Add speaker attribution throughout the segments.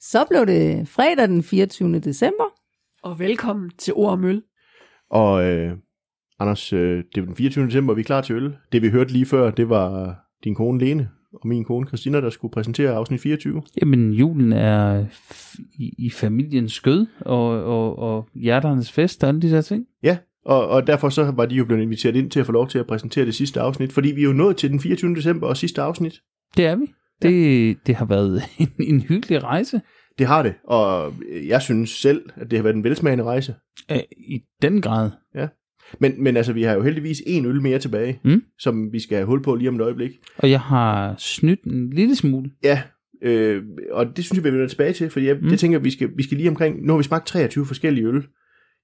Speaker 1: Så blev det fredag den 24. december.
Speaker 2: Og velkommen til Ord og Møl.
Speaker 3: Og øh, Anders, øh, det er den 24. december, og vi er klar til øl. Det vi hørte lige før, det var øh, din kone Lene og min kone Christina, der skulle præsentere afsnit 24.
Speaker 4: Jamen, julen er f- i, i familiens skød, og, og, og hjerternes fest og alle de der ting.
Speaker 3: Og, og derfor så var de jo blevet inviteret ind til at få lov til at præsentere det sidste afsnit, fordi vi er jo nået til den 24. december og sidste afsnit.
Speaker 4: Det er vi. Det, det har været en, en hyggelig rejse.
Speaker 3: Det har det, og øh, jeg synes selv, at det har været en velsmagende rejse.
Speaker 4: Æ, Øh, I den grad.
Speaker 3: Men, men altså, vi har jo heldigvis en øl mere tilbage,
Speaker 4: Mm.
Speaker 3: som vi skal have hul på lige om et øjeblik.
Speaker 4: Og jeg har snydt en lille smule.
Speaker 3: Ja, øh, og det synes jeg, vi vender tilbage til, fordi jeg, mm.
Speaker 4: Mm.
Speaker 3: jeg tænker, vi skal, vi skal lige omkring, nu har vi smagt 23 forskellige øl.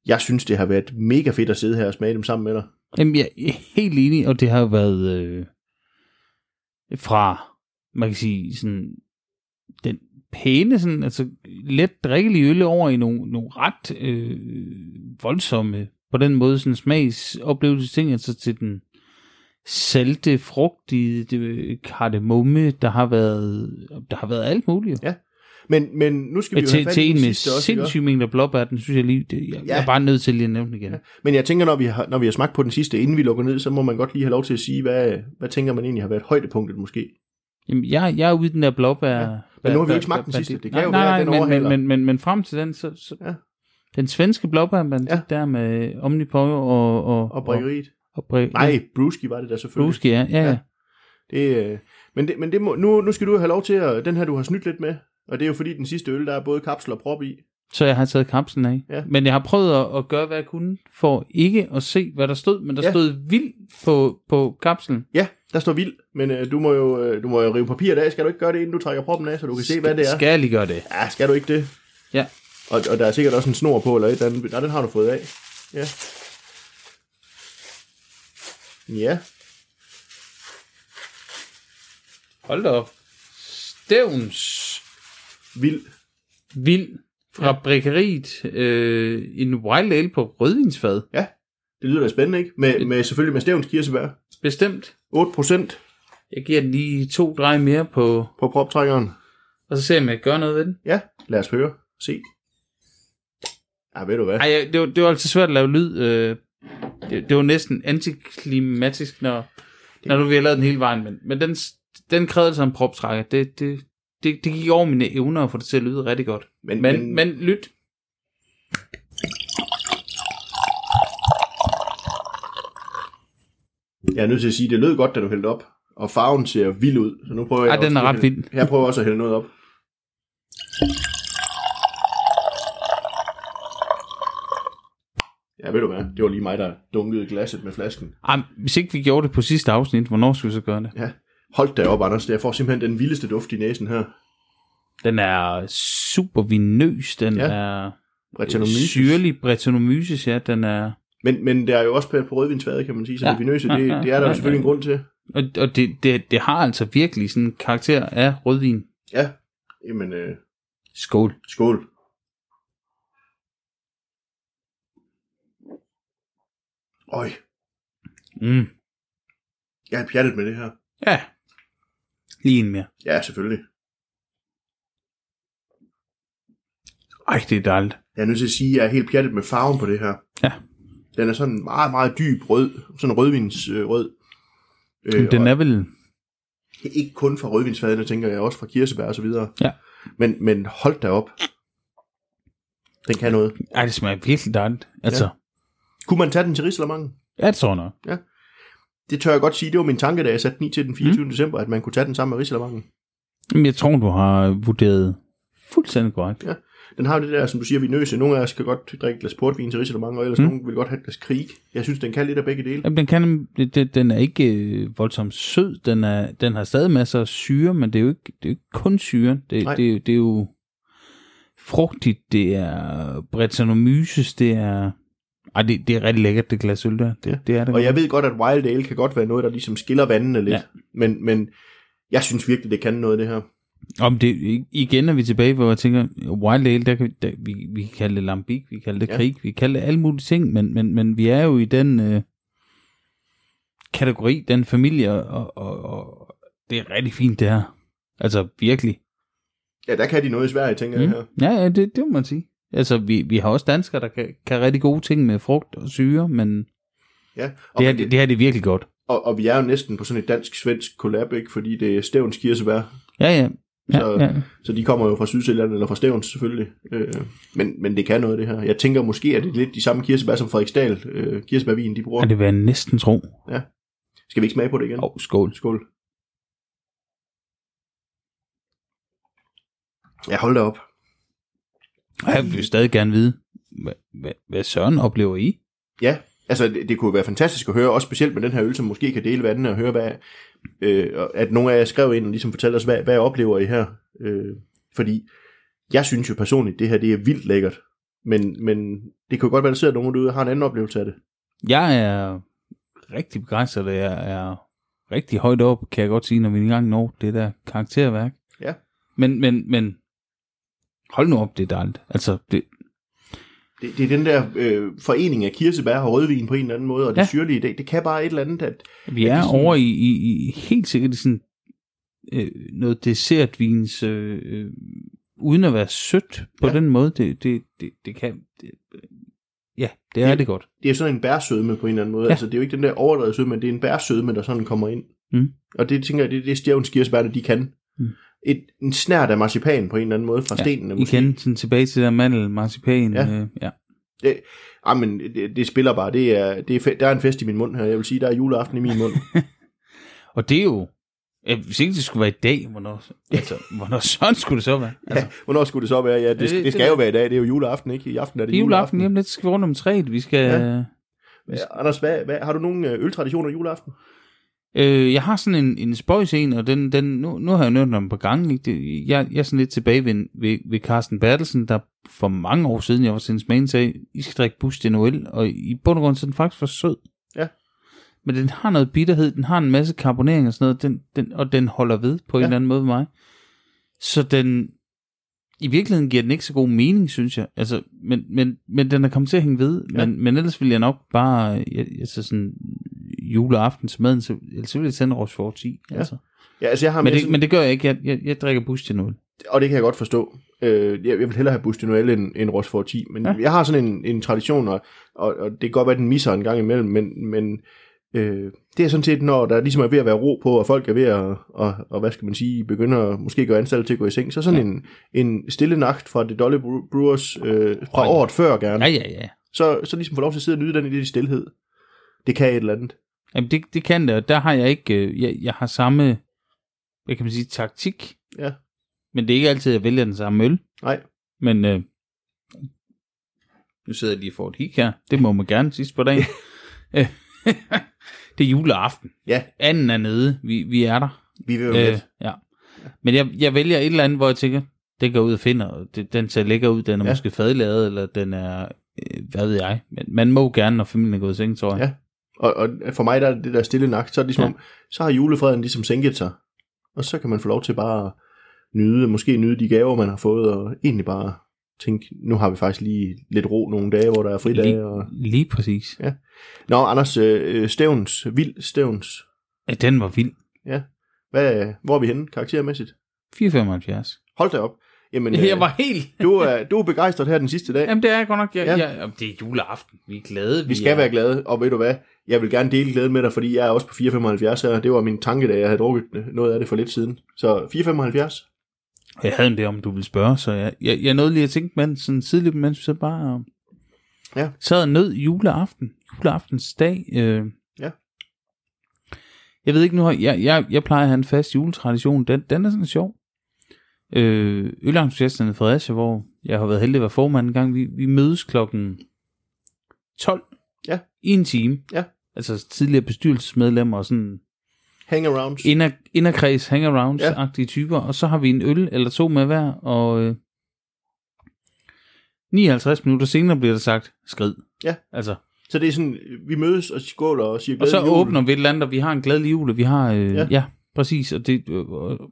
Speaker 3: Jeg synes, det har været mega fedt at sidde her og smage dem sammen med dig.
Speaker 4: Jamen, jeg er helt enig, og det har jo været øh, fra, man kan sige, sådan den pæne, sådan, altså let drikkelige øl over i nogle, nogle ret øh, voldsomme, på den måde, sådan smagsoplevelse ting, altså til den salte, frugtige det, kardemomme, der har været, der har været alt muligt.
Speaker 3: Ja, Men, men nu skal vi
Speaker 4: Men
Speaker 3: jo
Speaker 4: til,
Speaker 3: have fat
Speaker 4: til
Speaker 3: i
Speaker 4: en
Speaker 3: den
Speaker 4: med
Speaker 3: sidste også, ikke også?
Speaker 4: sindssyge mængder blåbær, den synes jeg lige, det, jeg,
Speaker 3: Ja.
Speaker 4: ja. jeg er bare nødt til lige at nævne den igen. Ja.
Speaker 3: Men jeg tænker, når vi, har, når vi har smagt på den sidste, inden vi lukker ned, så må man godt lige have lov til at sige, hvad, hvad tænker man egentlig har været højdepunktet måske?
Speaker 4: Jamen, jeg, jeg er ude i den der blåbær... Ja.
Speaker 3: nu har vi jo ikke smagt den sidste. Det kan jo være, at den
Speaker 4: men,
Speaker 3: overhaler.
Speaker 4: men, men, men, men frem til den, så... så
Speaker 3: Ja.
Speaker 4: ja. Den svenske blåbærbandit
Speaker 3: Ja.
Speaker 4: ja. der med Omnipojo og... Og,
Speaker 3: Og bryggeriet?
Speaker 4: Og, og bryg,
Speaker 3: Nej, Bruski var det da selvfølgelig.
Speaker 4: Bruski, ja. ja,
Speaker 3: Ja.
Speaker 4: ja.
Speaker 3: Det, øh, men det, men det må, nu, nu skal du have lov til at, den her du har snydt lidt med, og det er jo fordi den sidste øl, der er både kapsel og prop i.
Speaker 4: Så jeg har taget kapslen af.
Speaker 3: Ja.
Speaker 4: Men jeg har prøvet at, at gøre, hvad jeg kunne, for ikke at se, hvad der stod. Men der
Speaker 3: Ja.
Speaker 4: ja. stod vild på, på kapslen.
Speaker 3: Ja, der står vild, men øh, du, må jo, øh, du må jo rive papiret af. Skal du ikke gøre det, inden du trækker proppen af, så du kan se, hvad det er?
Speaker 4: Skal jeg lige gøre det?
Speaker 3: Ja, skal du ikke det?
Speaker 4: Ja.
Speaker 3: Og, og der er sikkert også en snor på, eller et eller andet. Nej, den har du fået af. Ja. Ja,
Speaker 4: Hold da op. Stævns
Speaker 3: vild.
Speaker 4: vild fra bryggeriet. Øh, en wild ale på rødvinsfad.
Speaker 3: Ja, det lyder da spændende, ikke? Med, med selvfølgelig med stævns kirsebær.
Speaker 4: Bestemt.
Speaker 3: 8 procent
Speaker 4: Jeg giver den lige to drej mere på,
Speaker 3: på proptrækkeren.
Speaker 4: og så ser jeg, om jeg gør noget ved den.
Speaker 3: Ja, lad os høre. Se. Ja, ved du hvad?
Speaker 4: Ej, jeg- det var, det var altid svært at lave lyd. Øh, det, det var næsten antiklimatisk, når, når nu vi har lavet den hele vejen, men, men den, den krævede altså en proptrækker. Det, det, det, det gik over mine evner at få det til at lyde rigtig godt.
Speaker 3: Men-
Speaker 4: Men, men,
Speaker 3: men-
Speaker 4: men lyt.
Speaker 3: Jeg er nødt til at sige, det lød godt, da du hældte op. Og farven ser vild ud. Så nu prøver jeg
Speaker 4: Ej, den
Speaker 3: også
Speaker 4: er
Speaker 3: lige at
Speaker 4: ret
Speaker 3: hælde-
Speaker 4: vild.
Speaker 3: Jeg prøver også at hælde noget op. Ja, ved du hvad? Det var lige mig, der dunkede glasset med flasken.
Speaker 4: Ej, hvis ikke vi gjorde det på sidste afsnit, hvornår skulle vi så gøre det?
Speaker 3: Ja, hold da op, Anders. Jeg får simpelthen den vildeste duft i næsen her.
Speaker 4: Den er super vinøs, den
Speaker 3: Ja.
Speaker 4: ja. er
Speaker 3: Brettanomyces.
Speaker 4: syrlig, bretonomyces, ja, den er...
Speaker 3: Men, men der er jo også på, på rødvinsfadet, kan man sige, så ja.
Speaker 4: Ja.
Speaker 3: det vinøse, det, det er der jo selvfølgelig en grund til.
Speaker 4: Og, og det, det, det har altså virkelig sådan en karakter af rødvin.
Speaker 3: Ja, jamen, øh,
Speaker 4: Skål.
Speaker 3: skål. Øj,
Speaker 4: Mm.
Speaker 3: jeg er pjattet med det her.
Speaker 4: Ja. Lige en mere.
Speaker 3: Ja, selvfølgelig.
Speaker 4: Ej, det er dejligt.
Speaker 3: Jeg er nødt til at sige, at jeg er helt pjattet med farven på det her.
Speaker 4: Ja.
Speaker 3: Den er sådan meget, meget dyb rød. Sådan rødvinsrød. Øh, rød. øh,
Speaker 4: Den
Speaker 3: og
Speaker 4: er vel...
Speaker 3: Ikke kun fra rødvinsfadene, tænker jeg, også fra kirsebær og så videre.
Speaker 4: Ja.
Speaker 3: Men, men hold da op. Den kan noget.
Speaker 4: Ej, det smager virkelig dejligt. Altså,
Speaker 3: Kunne man tage den til Rigslermangen?
Speaker 4: ja. jeg tror nok.
Speaker 3: Det tør jeg godt sige, det var min tanke, da jeg satte den i til den 24. Mm. december, at man kunne tage den sammen med Rigslermangen.
Speaker 4: Men jeg tror, du har vurderet fuldstændig korrekt.
Speaker 3: Ja. Den har jo det der, som du siger, vinøse. Nogle af os kan godt drikke et glas portvin til Rigslermangen, og ellers mm.
Speaker 4: Mm.
Speaker 3: nogen vil godt have et glas krig. Jeg synes, den kan lidt af begge dele.
Speaker 4: Jamen, den, kan, det- det- den er ikke øh, voldsomt sød. Den, er, den har stadig masser af syre, men det er jo ikke, det er jo ikke kun syre. Det,
Speaker 3: Nej.
Speaker 4: det, er jo- det er jo frugtigt, det er bretanomyces, det er... Ej, det, det er rigtig lækkert, det glas øl der. Det,
Speaker 3: Ja.
Speaker 4: det er det.
Speaker 3: Og jeg ved godt, at Wild Ale kan godt være noget, der ligesom skiller vandene lidt. Ja.
Speaker 4: Ja.
Speaker 3: Men, men jeg synes virkelig, det kan noget, det her.
Speaker 4: Om det, igen er vi tilbage, hvor jeg tænker, Wild Ale, der kan, vi- der, vi, vi kan kalde det Lambik, vi kan kalde det
Speaker 3: Ja.
Speaker 4: ja. krig, vi kan kalde det alle mulige ting, men, men, men vi er jo i den øh, kategori, den familie, og, og, og det er rigtig fint, det her. Altså virkelig.
Speaker 3: Ja, der kan de noget i Sverige, tænker mm. jeg her.
Speaker 4: Ja, ja det, det må man sige. Altså, vi, vi har også danskere, der kan, kan rigtig gode ting med frugt og syre, men
Speaker 3: Ja. Og,
Speaker 4: det her, det, det her det er virkelig godt.
Speaker 3: og, og, vi er jo næsten på sådan et dansk-svensk collab, ikke? fordi det er Stævns kirsebær,
Speaker 4: Ja, ja. Ja,
Speaker 3: Så-
Speaker 4: ja.
Speaker 3: Så de kommer jo fra Sydsjælland eller fra Stævns selvfølgelig. Øh, men, men det kan noget det her. Jeg tænker måske, at det er lidt de samme kirsebær som Frederiksdal. Øh, kirsebærvin, de bruger.
Speaker 4: Og det vil jeg næsten tro.
Speaker 3: Skal vi ikke smage på det igen?
Speaker 4: Åh, oh, skål.
Speaker 3: Skål. Ja, hold da op.
Speaker 4: Og Jeg vil jo stadig gerne vide, hvad, hvad, hvad Søren oplever I?
Speaker 3: Ja, altså det, det kunne være fantastisk at høre, også specielt med den her øl, som måske kan dele vandene og høre, hvad, øh, og at nogle af jer skrev ind og ligesom fortalte os, hvad, hvad oplever I her? Øh, fordi jeg synes jo personligt, det her det er vildt lækkert, men, men det kan jo godt være, der sidder nogen derude og har en anden oplevelse af det.
Speaker 4: Jeg er rigtig begejstret, og jeg er rigtig højt op, kan jeg godt sige, når vi engang når det der karakterværk.
Speaker 3: Ja.
Speaker 4: Men, men, men hold nu op, det er dejligt. Altså, det,
Speaker 3: Det, det er den der øh, forening af kirsebær og rødvin på en eller anden måde, og det
Speaker 4: Ja.
Speaker 3: ja. syrlige, det, det kan bare et eller andet. At,
Speaker 4: vi
Speaker 3: det
Speaker 4: er
Speaker 3: er sådan-
Speaker 4: over i, i, i helt sikkert i sådan øh, noget dessertvins, øh, øh, uden at være sødt på
Speaker 3: Ja.
Speaker 4: den måde. Det, det, det, det kan... Det, ja, det er det,
Speaker 3: Det-
Speaker 4: det godt.
Speaker 3: det er sådan en bærsødme på en eller anden måde.
Speaker 4: Ja.
Speaker 3: Ja. Altså, det er jo ikke den der overdrevet sødme, det er en bærsødme, der sådan kommer ind.
Speaker 4: Mm.
Speaker 3: Og det tænker jeg, det er det stjævns kirsebærne, de kan.
Speaker 4: Mm.
Speaker 3: Et, en snært af marcipan på en eller anden måde fra ja, stenene måske.
Speaker 4: Igen, sådan tilbage til det der mandel, marcipan.
Speaker 3: Ja.
Speaker 4: Øh, ja.
Speaker 3: Ej, Ah, men det, det, spiller bare. Det er, det er fe- der er en fest i min mund her. Jeg vil sige, der er juleaften i min mund.
Speaker 4: Og det er jo... Ja, hvis ikke det skulle være i dag, hvornår, altså, hvornår sådan skulle det så være? Altså,
Speaker 3: ja, hvornår skulle det så være? Ja, det,
Speaker 4: det-
Speaker 3: det, det skal
Speaker 4: det-
Speaker 3: jo være i dag. Det er jo juleaften, ikke? I aften er
Speaker 4: det
Speaker 3: det
Speaker 4: er
Speaker 3: juleaften.
Speaker 4: juleaften, jamen lidt skal vi rundt om træet. Vi skal... Ja.
Speaker 3: Ja, Anders, hvad, hvad, har du nogen øh, øltraditioner juleaften?
Speaker 4: Øh, jeg har sådan en, en spøjs en, og den, den, nu, nu har jeg nævnt den på gange. Ikke? Det, jeg, jeg er sådan lidt tilbage ved, ved, ved Carsten Bertelsen, der for mange år siden, jeg var til en smag, sagde, I skal drikke bus til Noel, og i bund og grund så er den faktisk for sød.
Speaker 3: Ja.
Speaker 4: Men den har noget bitterhed, den har en masse karbonering og sådan noget, den, den, og den holder ved på ja. en
Speaker 3: Ja.
Speaker 4: eller anden måde med mig. Så den, i virkeligheden giver den ikke så god mening, synes jeg. Altså, men, men, men den er kommet til at hænge ved. Ja.
Speaker 3: Ja.
Speaker 4: Men, men ellers ville jeg nok bare, øh, jeg, altså sådan juleaftensmaden, så, ellers så ville jeg tænde Rochefort 10.
Speaker 3: Ja.
Speaker 4: Altså.
Speaker 3: Ja, altså, jeg har
Speaker 4: Men,
Speaker 3: mere
Speaker 4: det,
Speaker 3: sådan-
Speaker 4: men det gør jeg ikke. Jeg, jeg, jeg drikker bus til nu.
Speaker 3: og det kan jeg godt forstå. Øh, jeg, jeg vil hellere have Busti Noel end, end Rochefort 10, men
Speaker 4: Ja.
Speaker 3: ja. jeg har sådan en, en tradition, og, og, og det kan godt være, at den misser en gang imellem, men, men øh, det er sådan set, når der ligesom er ved at være ro på, og folk er ved at, og, og hvad skal man sige, begynder at måske gøre anstalt til at gå i seng, så sådan ja. en, en stille nagt fra The Dolly Bre- Brewers øh, fra
Speaker 4: Oj.
Speaker 3: året før gerne,
Speaker 4: Ja,
Speaker 3: ja.
Speaker 4: ja, ja.
Speaker 3: så, så ligesom få lov til at sidde og nyde den i lidt stillhed. Det kan et eller andet.
Speaker 4: Jamen, det, det kan det, og der har jeg ikke, øh, jeg, jeg har samme, hvad kan man sige, taktik.
Speaker 3: Ja.
Speaker 4: Men det er ikke altid, at jeg vælger den samme øl.
Speaker 3: Nej.
Speaker 4: Men øh, nu sidder jeg lige for et hik her. Det må man gerne sidst på dagen. Øh, det er juleaften.
Speaker 3: Ja.
Speaker 4: Anden er nede. Vi, vi er der.
Speaker 3: Vi vil jo øh.
Speaker 4: ja. Men jeg, jeg vælger et eller andet, hvor jeg tænker, det går ud og finder. og Det, den ser lækker ud. Den er ja.
Speaker 3: Ja.
Speaker 4: måske fadlaget, eller den er, øh, hvad ved jeg. Men man må gerne, når familien er gået i seng, tror jeg.
Speaker 3: Ja. Og, og for mig, der er det der stille nagt, så er det ligesom,
Speaker 4: Ja.
Speaker 3: ja. om, så har julefreden ligesom sænket sig. Og så kan man få lov til bare at nyde, måske nyde de gaver, man har fået, og egentlig bare tænke, nu har vi faktisk lige lidt ro nogle dage, hvor der er fridage. Og...
Speaker 4: Lige, lige præcis.
Speaker 3: Nå, Anders, øh, øh, Stævns, Vild Stævns,
Speaker 4: Ja, den var vild.
Speaker 3: Hvad, hvor er vi henne karaktermæssigt?
Speaker 4: 475.
Speaker 3: Hold da op. Jamen,
Speaker 4: Men,
Speaker 3: øh,
Speaker 4: jeg var helt...
Speaker 3: du, er, du er begejstret her den sidste dag.
Speaker 4: Jamen, det er jeg godt nok. Jeg, ja.
Speaker 3: Ja.
Speaker 4: jeg, jamen, det er juleaften. Vi er glade.
Speaker 3: Vi skal
Speaker 4: er,
Speaker 3: være glade, og ved du hvad, jeg vil gerne dele glæden med dig, fordi jeg er også på 4,75 her. Det var min tanke, da jeg havde drukket noget af det for lidt siden. Så 4,75.
Speaker 4: Jeg havde en idé om, du ville spørge, så jeg, jeg, jeg nåede lige at tænke, men sådan tidligt, mens vi så bare øh,
Speaker 3: Ja.
Speaker 4: sad og nød juleaften, juleaftens dag. Øh.
Speaker 3: Ja.
Speaker 4: Jeg ved ikke nu, har- jeg, jeg, jeg plejer at have en fast juletradition, den, den er sådan sjov. Øh, Ølentusiasterne i Fredericia, hvor jeg har været heldig at være formand en gang, vi, vi mødes klokken 12
Speaker 3: Ja.
Speaker 4: i en time.
Speaker 3: Ja.
Speaker 4: Altså tidligere bestyrelsesmedlemmer og sådan
Speaker 3: Hangarounds.
Speaker 4: inder, inderkreds,
Speaker 3: Ja.
Speaker 4: hangarounds-agtige typer, og så har vi en øl eller to med hver, og øh, 59 minutter senere bliver der sagt, skrid.
Speaker 3: Ja.
Speaker 4: Altså,
Speaker 3: Så det er sådan, vi mødes og skåler og siger
Speaker 4: og så
Speaker 3: glædelig jul.
Speaker 4: åbner vi et eller andet, og vi har en glædelig jul, og vi har, øh, ja.
Speaker 3: Ja.
Speaker 4: ja, præcis, og det, øh, og,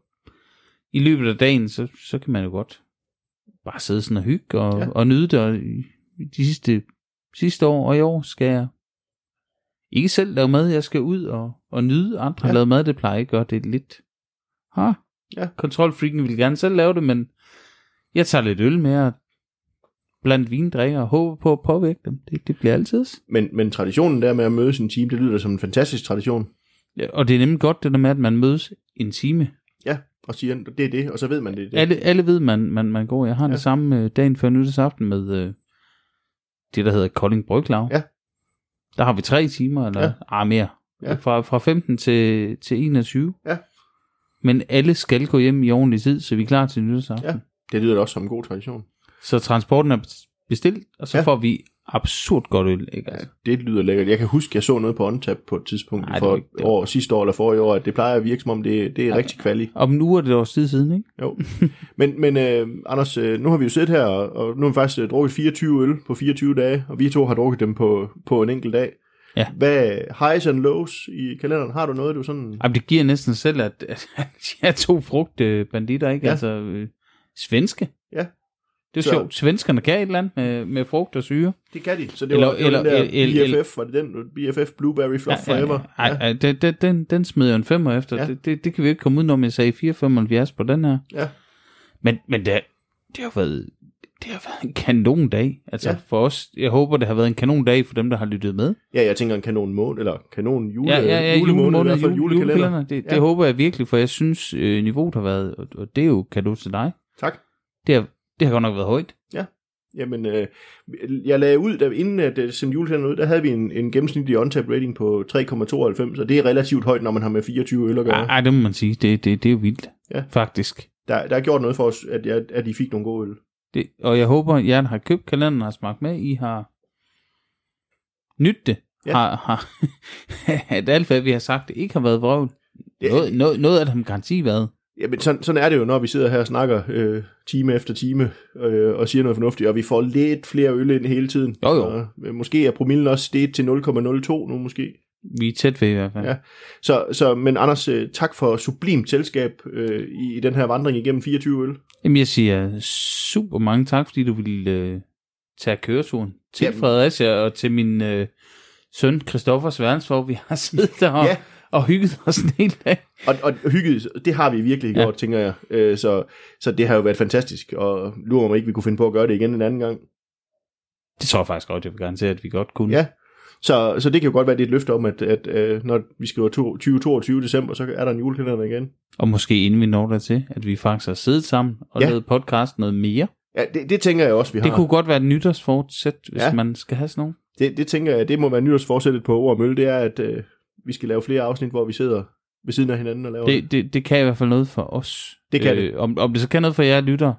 Speaker 4: i løbet af dagen, så, så kan man jo godt bare sidde sådan og hygge, og, ja.
Speaker 3: Ja.
Speaker 4: og nyde det, og i- de sidste, sidste år og i år skal jeg ikke selv lave mad, jeg skal ud og, og nyde andre ja.
Speaker 3: Ja.
Speaker 4: lave mad, det plejer jeg at gøre, det er lidt, ha,
Speaker 3: Ja.
Speaker 4: Kontrolfreaken ville gerne selv lave det, men jeg tager lidt øl med og blandt vindrikker og håber på at påvirke dem. Det, det bliver altid.
Speaker 3: Men, men traditionen der med at møde sin team, det lyder som en fantastisk tradition.
Speaker 4: Ja, Og det er nemlig godt det der med, at man mødes en time.
Speaker 3: Ja, og siger, det er det, og så ved man det. er det.
Speaker 4: Alle, alle ved, man, man, man går. Jeg har ja.
Speaker 3: Ja.
Speaker 4: det samme øh, dagen før nytårsaften med øh, det, der hedder Kolding Bryglav.
Speaker 3: Ja.
Speaker 4: Der har vi tre timer, eller ja.
Speaker 3: Ja.
Speaker 4: ah, mere.
Speaker 3: Ja.
Speaker 4: Fra, fra 15 til, til 21.
Speaker 3: Ja.
Speaker 4: Men alle skal gå hjem i ordentlig tid, så vi er klar til nytårsaften.
Speaker 3: Ja. Det lyder da også som en god tradition.
Speaker 4: Så transporten er bestilt, og så ja.
Speaker 3: Ja.
Speaker 4: får vi absurd godt øl. Ikke?
Speaker 3: Ja,
Speaker 4: Altså,
Speaker 3: det lyder lækkert. Jeg kan huske, jeg så noget på OnTap på et tidspunkt
Speaker 4: Nej,
Speaker 3: Ej,
Speaker 4: det var
Speaker 3: for
Speaker 4: ikke- det var-
Speaker 3: år, sidste år eller forrige år, at det plejer at virke som om, det, det er rigtig kvali.
Speaker 4: Om nu er det et års tid siden, ikke?
Speaker 3: Jo. Men, men øh, Anders, øh, nu har vi jo siddet her, og, og nu har vi faktisk øh, drukket 24 øl på 24 dage, og vi to har drukket dem på, på en enkelt dag.
Speaker 4: Ja.
Speaker 3: Hvad highs and lows i kalenderen? Har du noget, du sådan...
Speaker 4: Jamen, det giver næsten selv, at, at jeg er to frugtbanditter, ikke? Ja.
Speaker 3: Ja.
Speaker 4: Altså, øh, svenske.
Speaker 3: Ja.
Speaker 4: Det er
Speaker 3: Så-
Speaker 4: så... sjovt. Svenskerne kan et eller andet med, med frugt og syre.
Speaker 3: Det kan de. Så det
Speaker 4: Eller-
Speaker 3: var, det var
Speaker 4: eller-
Speaker 3: den der
Speaker 4: eller-
Speaker 3: BFF, var det den? BFF Blueberry Fluff
Speaker 4: Ja, ja,
Speaker 3: Forever.
Speaker 4: Ja, ja, ja. Den, den, den, den smed jeg en femmer efter. Ja.
Speaker 3: Ja.
Speaker 4: Det, det, det kan vi ikke komme udenom, jeg sagde 4,75 på den her.
Speaker 3: Ja.
Speaker 4: Men, men det, det har været det har været en kanon dag. Altså ja.
Speaker 3: Ja.
Speaker 4: for os, jeg håber, det har været en kanon dag for dem, der har lyttet med.
Speaker 3: Ja, jeg tænker en kanon måned, eller kanon jule,
Speaker 4: ja, ja, ja,
Speaker 3: julemåned, i
Speaker 4: julemåned,
Speaker 3: hvert fald
Speaker 4: jule-
Speaker 3: julekalender.
Speaker 4: julekalender. Det, ja.
Speaker 3: Ja.
Speaker 4: det håber jeg virkelig, for jeg synes, øh, niveauet har været, og, og det er jo kado til dig.
Speaker 3: Tak.
Speaker 4: Det har, det har godt nok været højt.
Speaker 3: Jamen, øh, jeg lagde ud, der, inden at øh, sendte julekalenderen ud, der havde vi en, en gennemsnitlig on rating på 3,92, og det er relativt højt, når man har med 24 øl at gøre.
Speaker 4: Ej, ej, det må man sige. Det, det, det er jo vildt,
Speaker 3: Ja.
Speaker 4: faktisk.
Speaker 3: Der, der er gjort noget for os, at, jeg, at I fik nogle gode øl.
Speaker 4: Det, og jeg håber, at jer, der har købt kalenderen, har smagt med, I har nyt det. Ja.
Speaker 3: Ja.
Speaker 4: Har, har, at alt, hvad vi har sagt, det ikke har været vrøvl.
Speaker 3: Ja.
Speaker 4: Noget, noget, noget af det har garanti været.
Speaker 3: Jamen, sådan, sådan er det jo, når vi sidder her og snakker øh, time efter time øh, og siger noget fornuftigt, og vi får lidt flere øl ind hele tiden.
Speaker 4: Jo, jo.
Speaker 3: Og, øh, måske er promillen også steget til 0,02 nu måske.
Speaker 4: Vi er tæt ved i hvert fald.
Speaker 3: Ja. Så, så, men Anders, øh, tak for sublimt selskab øh, i, i den her vandring igennem 24 øl.
Speaker 4: Jamen, jeg siger super mange tak, fordi du ville øh, tage køreturen til Jamen.
Speaker 3: Jamen.
Speaker 4: Fredericia og til min øh, søn Christoffers værelse, hvor vi har siddet der og, ja.
Speaker 3: Ja.
Speaker 4: og hygget os en hel dag.
Speaker 3: Og, og hygget, det har vi virkelig
Speaker 4: Ja.
Speaker 3: gjort, ja. tænker jeg. Øh, så, så det har jo været fantastisk, og lurer mig ikke, vi kunne finde på at gøre det igen en anden gang.
Speaker 4: Det tror jeg faktisk godt, jeg vil garantere, at vi godt kunne.
Speaker 3: Ja. Så, så det kan jo godt være, det er et løfte om, at, at øh, når vi skriver to- 2022 december, så er der en julekalender igen.
Speaker 4: Og måske inden vi når dertil, at vi faktisk har siddet sammen og ja.
Speaker 3: Ja.
Speaker 4: lavet podcast noget mere.
Speaker 3: Ja, det, det tænker jeg også, vi har.
Speaker 4: Det kunne godt være et nytårsfortsæt, hvis ja.
Speaker 3: Ja.
Speaker 4: man skal have sådan nogle.
Speaker 3: det, det tænker jeg, det må være nytårsforsættet på ord og mølle, det er, at øh, vi skal lave flere afsnit, hvor vi sidder ved siden af hinanden og laver det.
Speaker 4: Det, det, det kan i hvert fald noget for os.
Speaker 3: Det kan
Speaker 4: det. Om, om det så kan noget for jer lytter,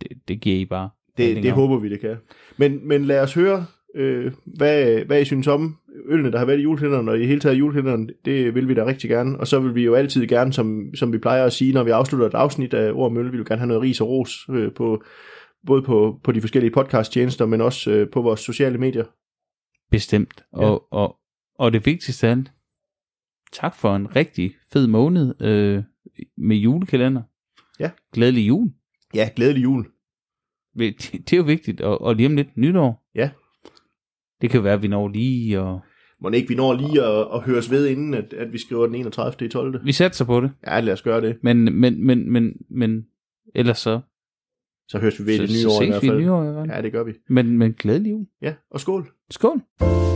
Speaker 4: det, det giver I bare.
Speaker 3: Det,
Speaker 4: handlinger
Speaker 3: det
Speaker 4: om.
Speaker 3: håber vi, det kan. Men, men lad os høre, øh, hvad, hvad I synes om ølene, der har været i julehænderne, og i hele taget julehænderne, det vil vi da rigtig gerne. Og så vil vi jo altid gerne, som, som vi plejer at sige, når vi afslutter et afsnit af Ord og Mølle, vi vil gerne have noget ris og ros øh, på, både på, på de forskellige podcast-tjenester, men også øh, på vores sociale medier.
Speaker 4: Bestemt. Ja. Og, og, og det vigtigste af alt, tak for en rigtig fed måned øh, med julekalender.
Speaker 3: Ja.
Speaker 4: Glædelig jul.
Speaker 3: Ja, glædelig jul.
Speaker 4: Det, det er jo vigtigt, og, og lige om lidt nytår.
Speaker 3: Ja. Det
Speaker 4: Det kan være, at vi når lige, og
Speaker 3: må ikke vi når lige at, at høres ved, inden at, at vi skriver den 31. i 12.
Speaker 4: vi satser på det.
Speaker 3: Ja, lad os gøre det.
Speaker 4: Men, men, men, men, men ellers så,
Speaker 3: Så høres vi ved i
Speaker 4: så,
Speaker 3: det
Speaker 4: så
Speaker 3: nye år i hvert
Speaker 4: ses vi i
Speaker 3: fald.
Speaker 4: nyår i hvert fald.
Speaker 3: Ja, det gør vi.
Speaker 4: Men, men glædelig jul.
Speaker 3: Ja, og skål.
Speaker 4: Skål.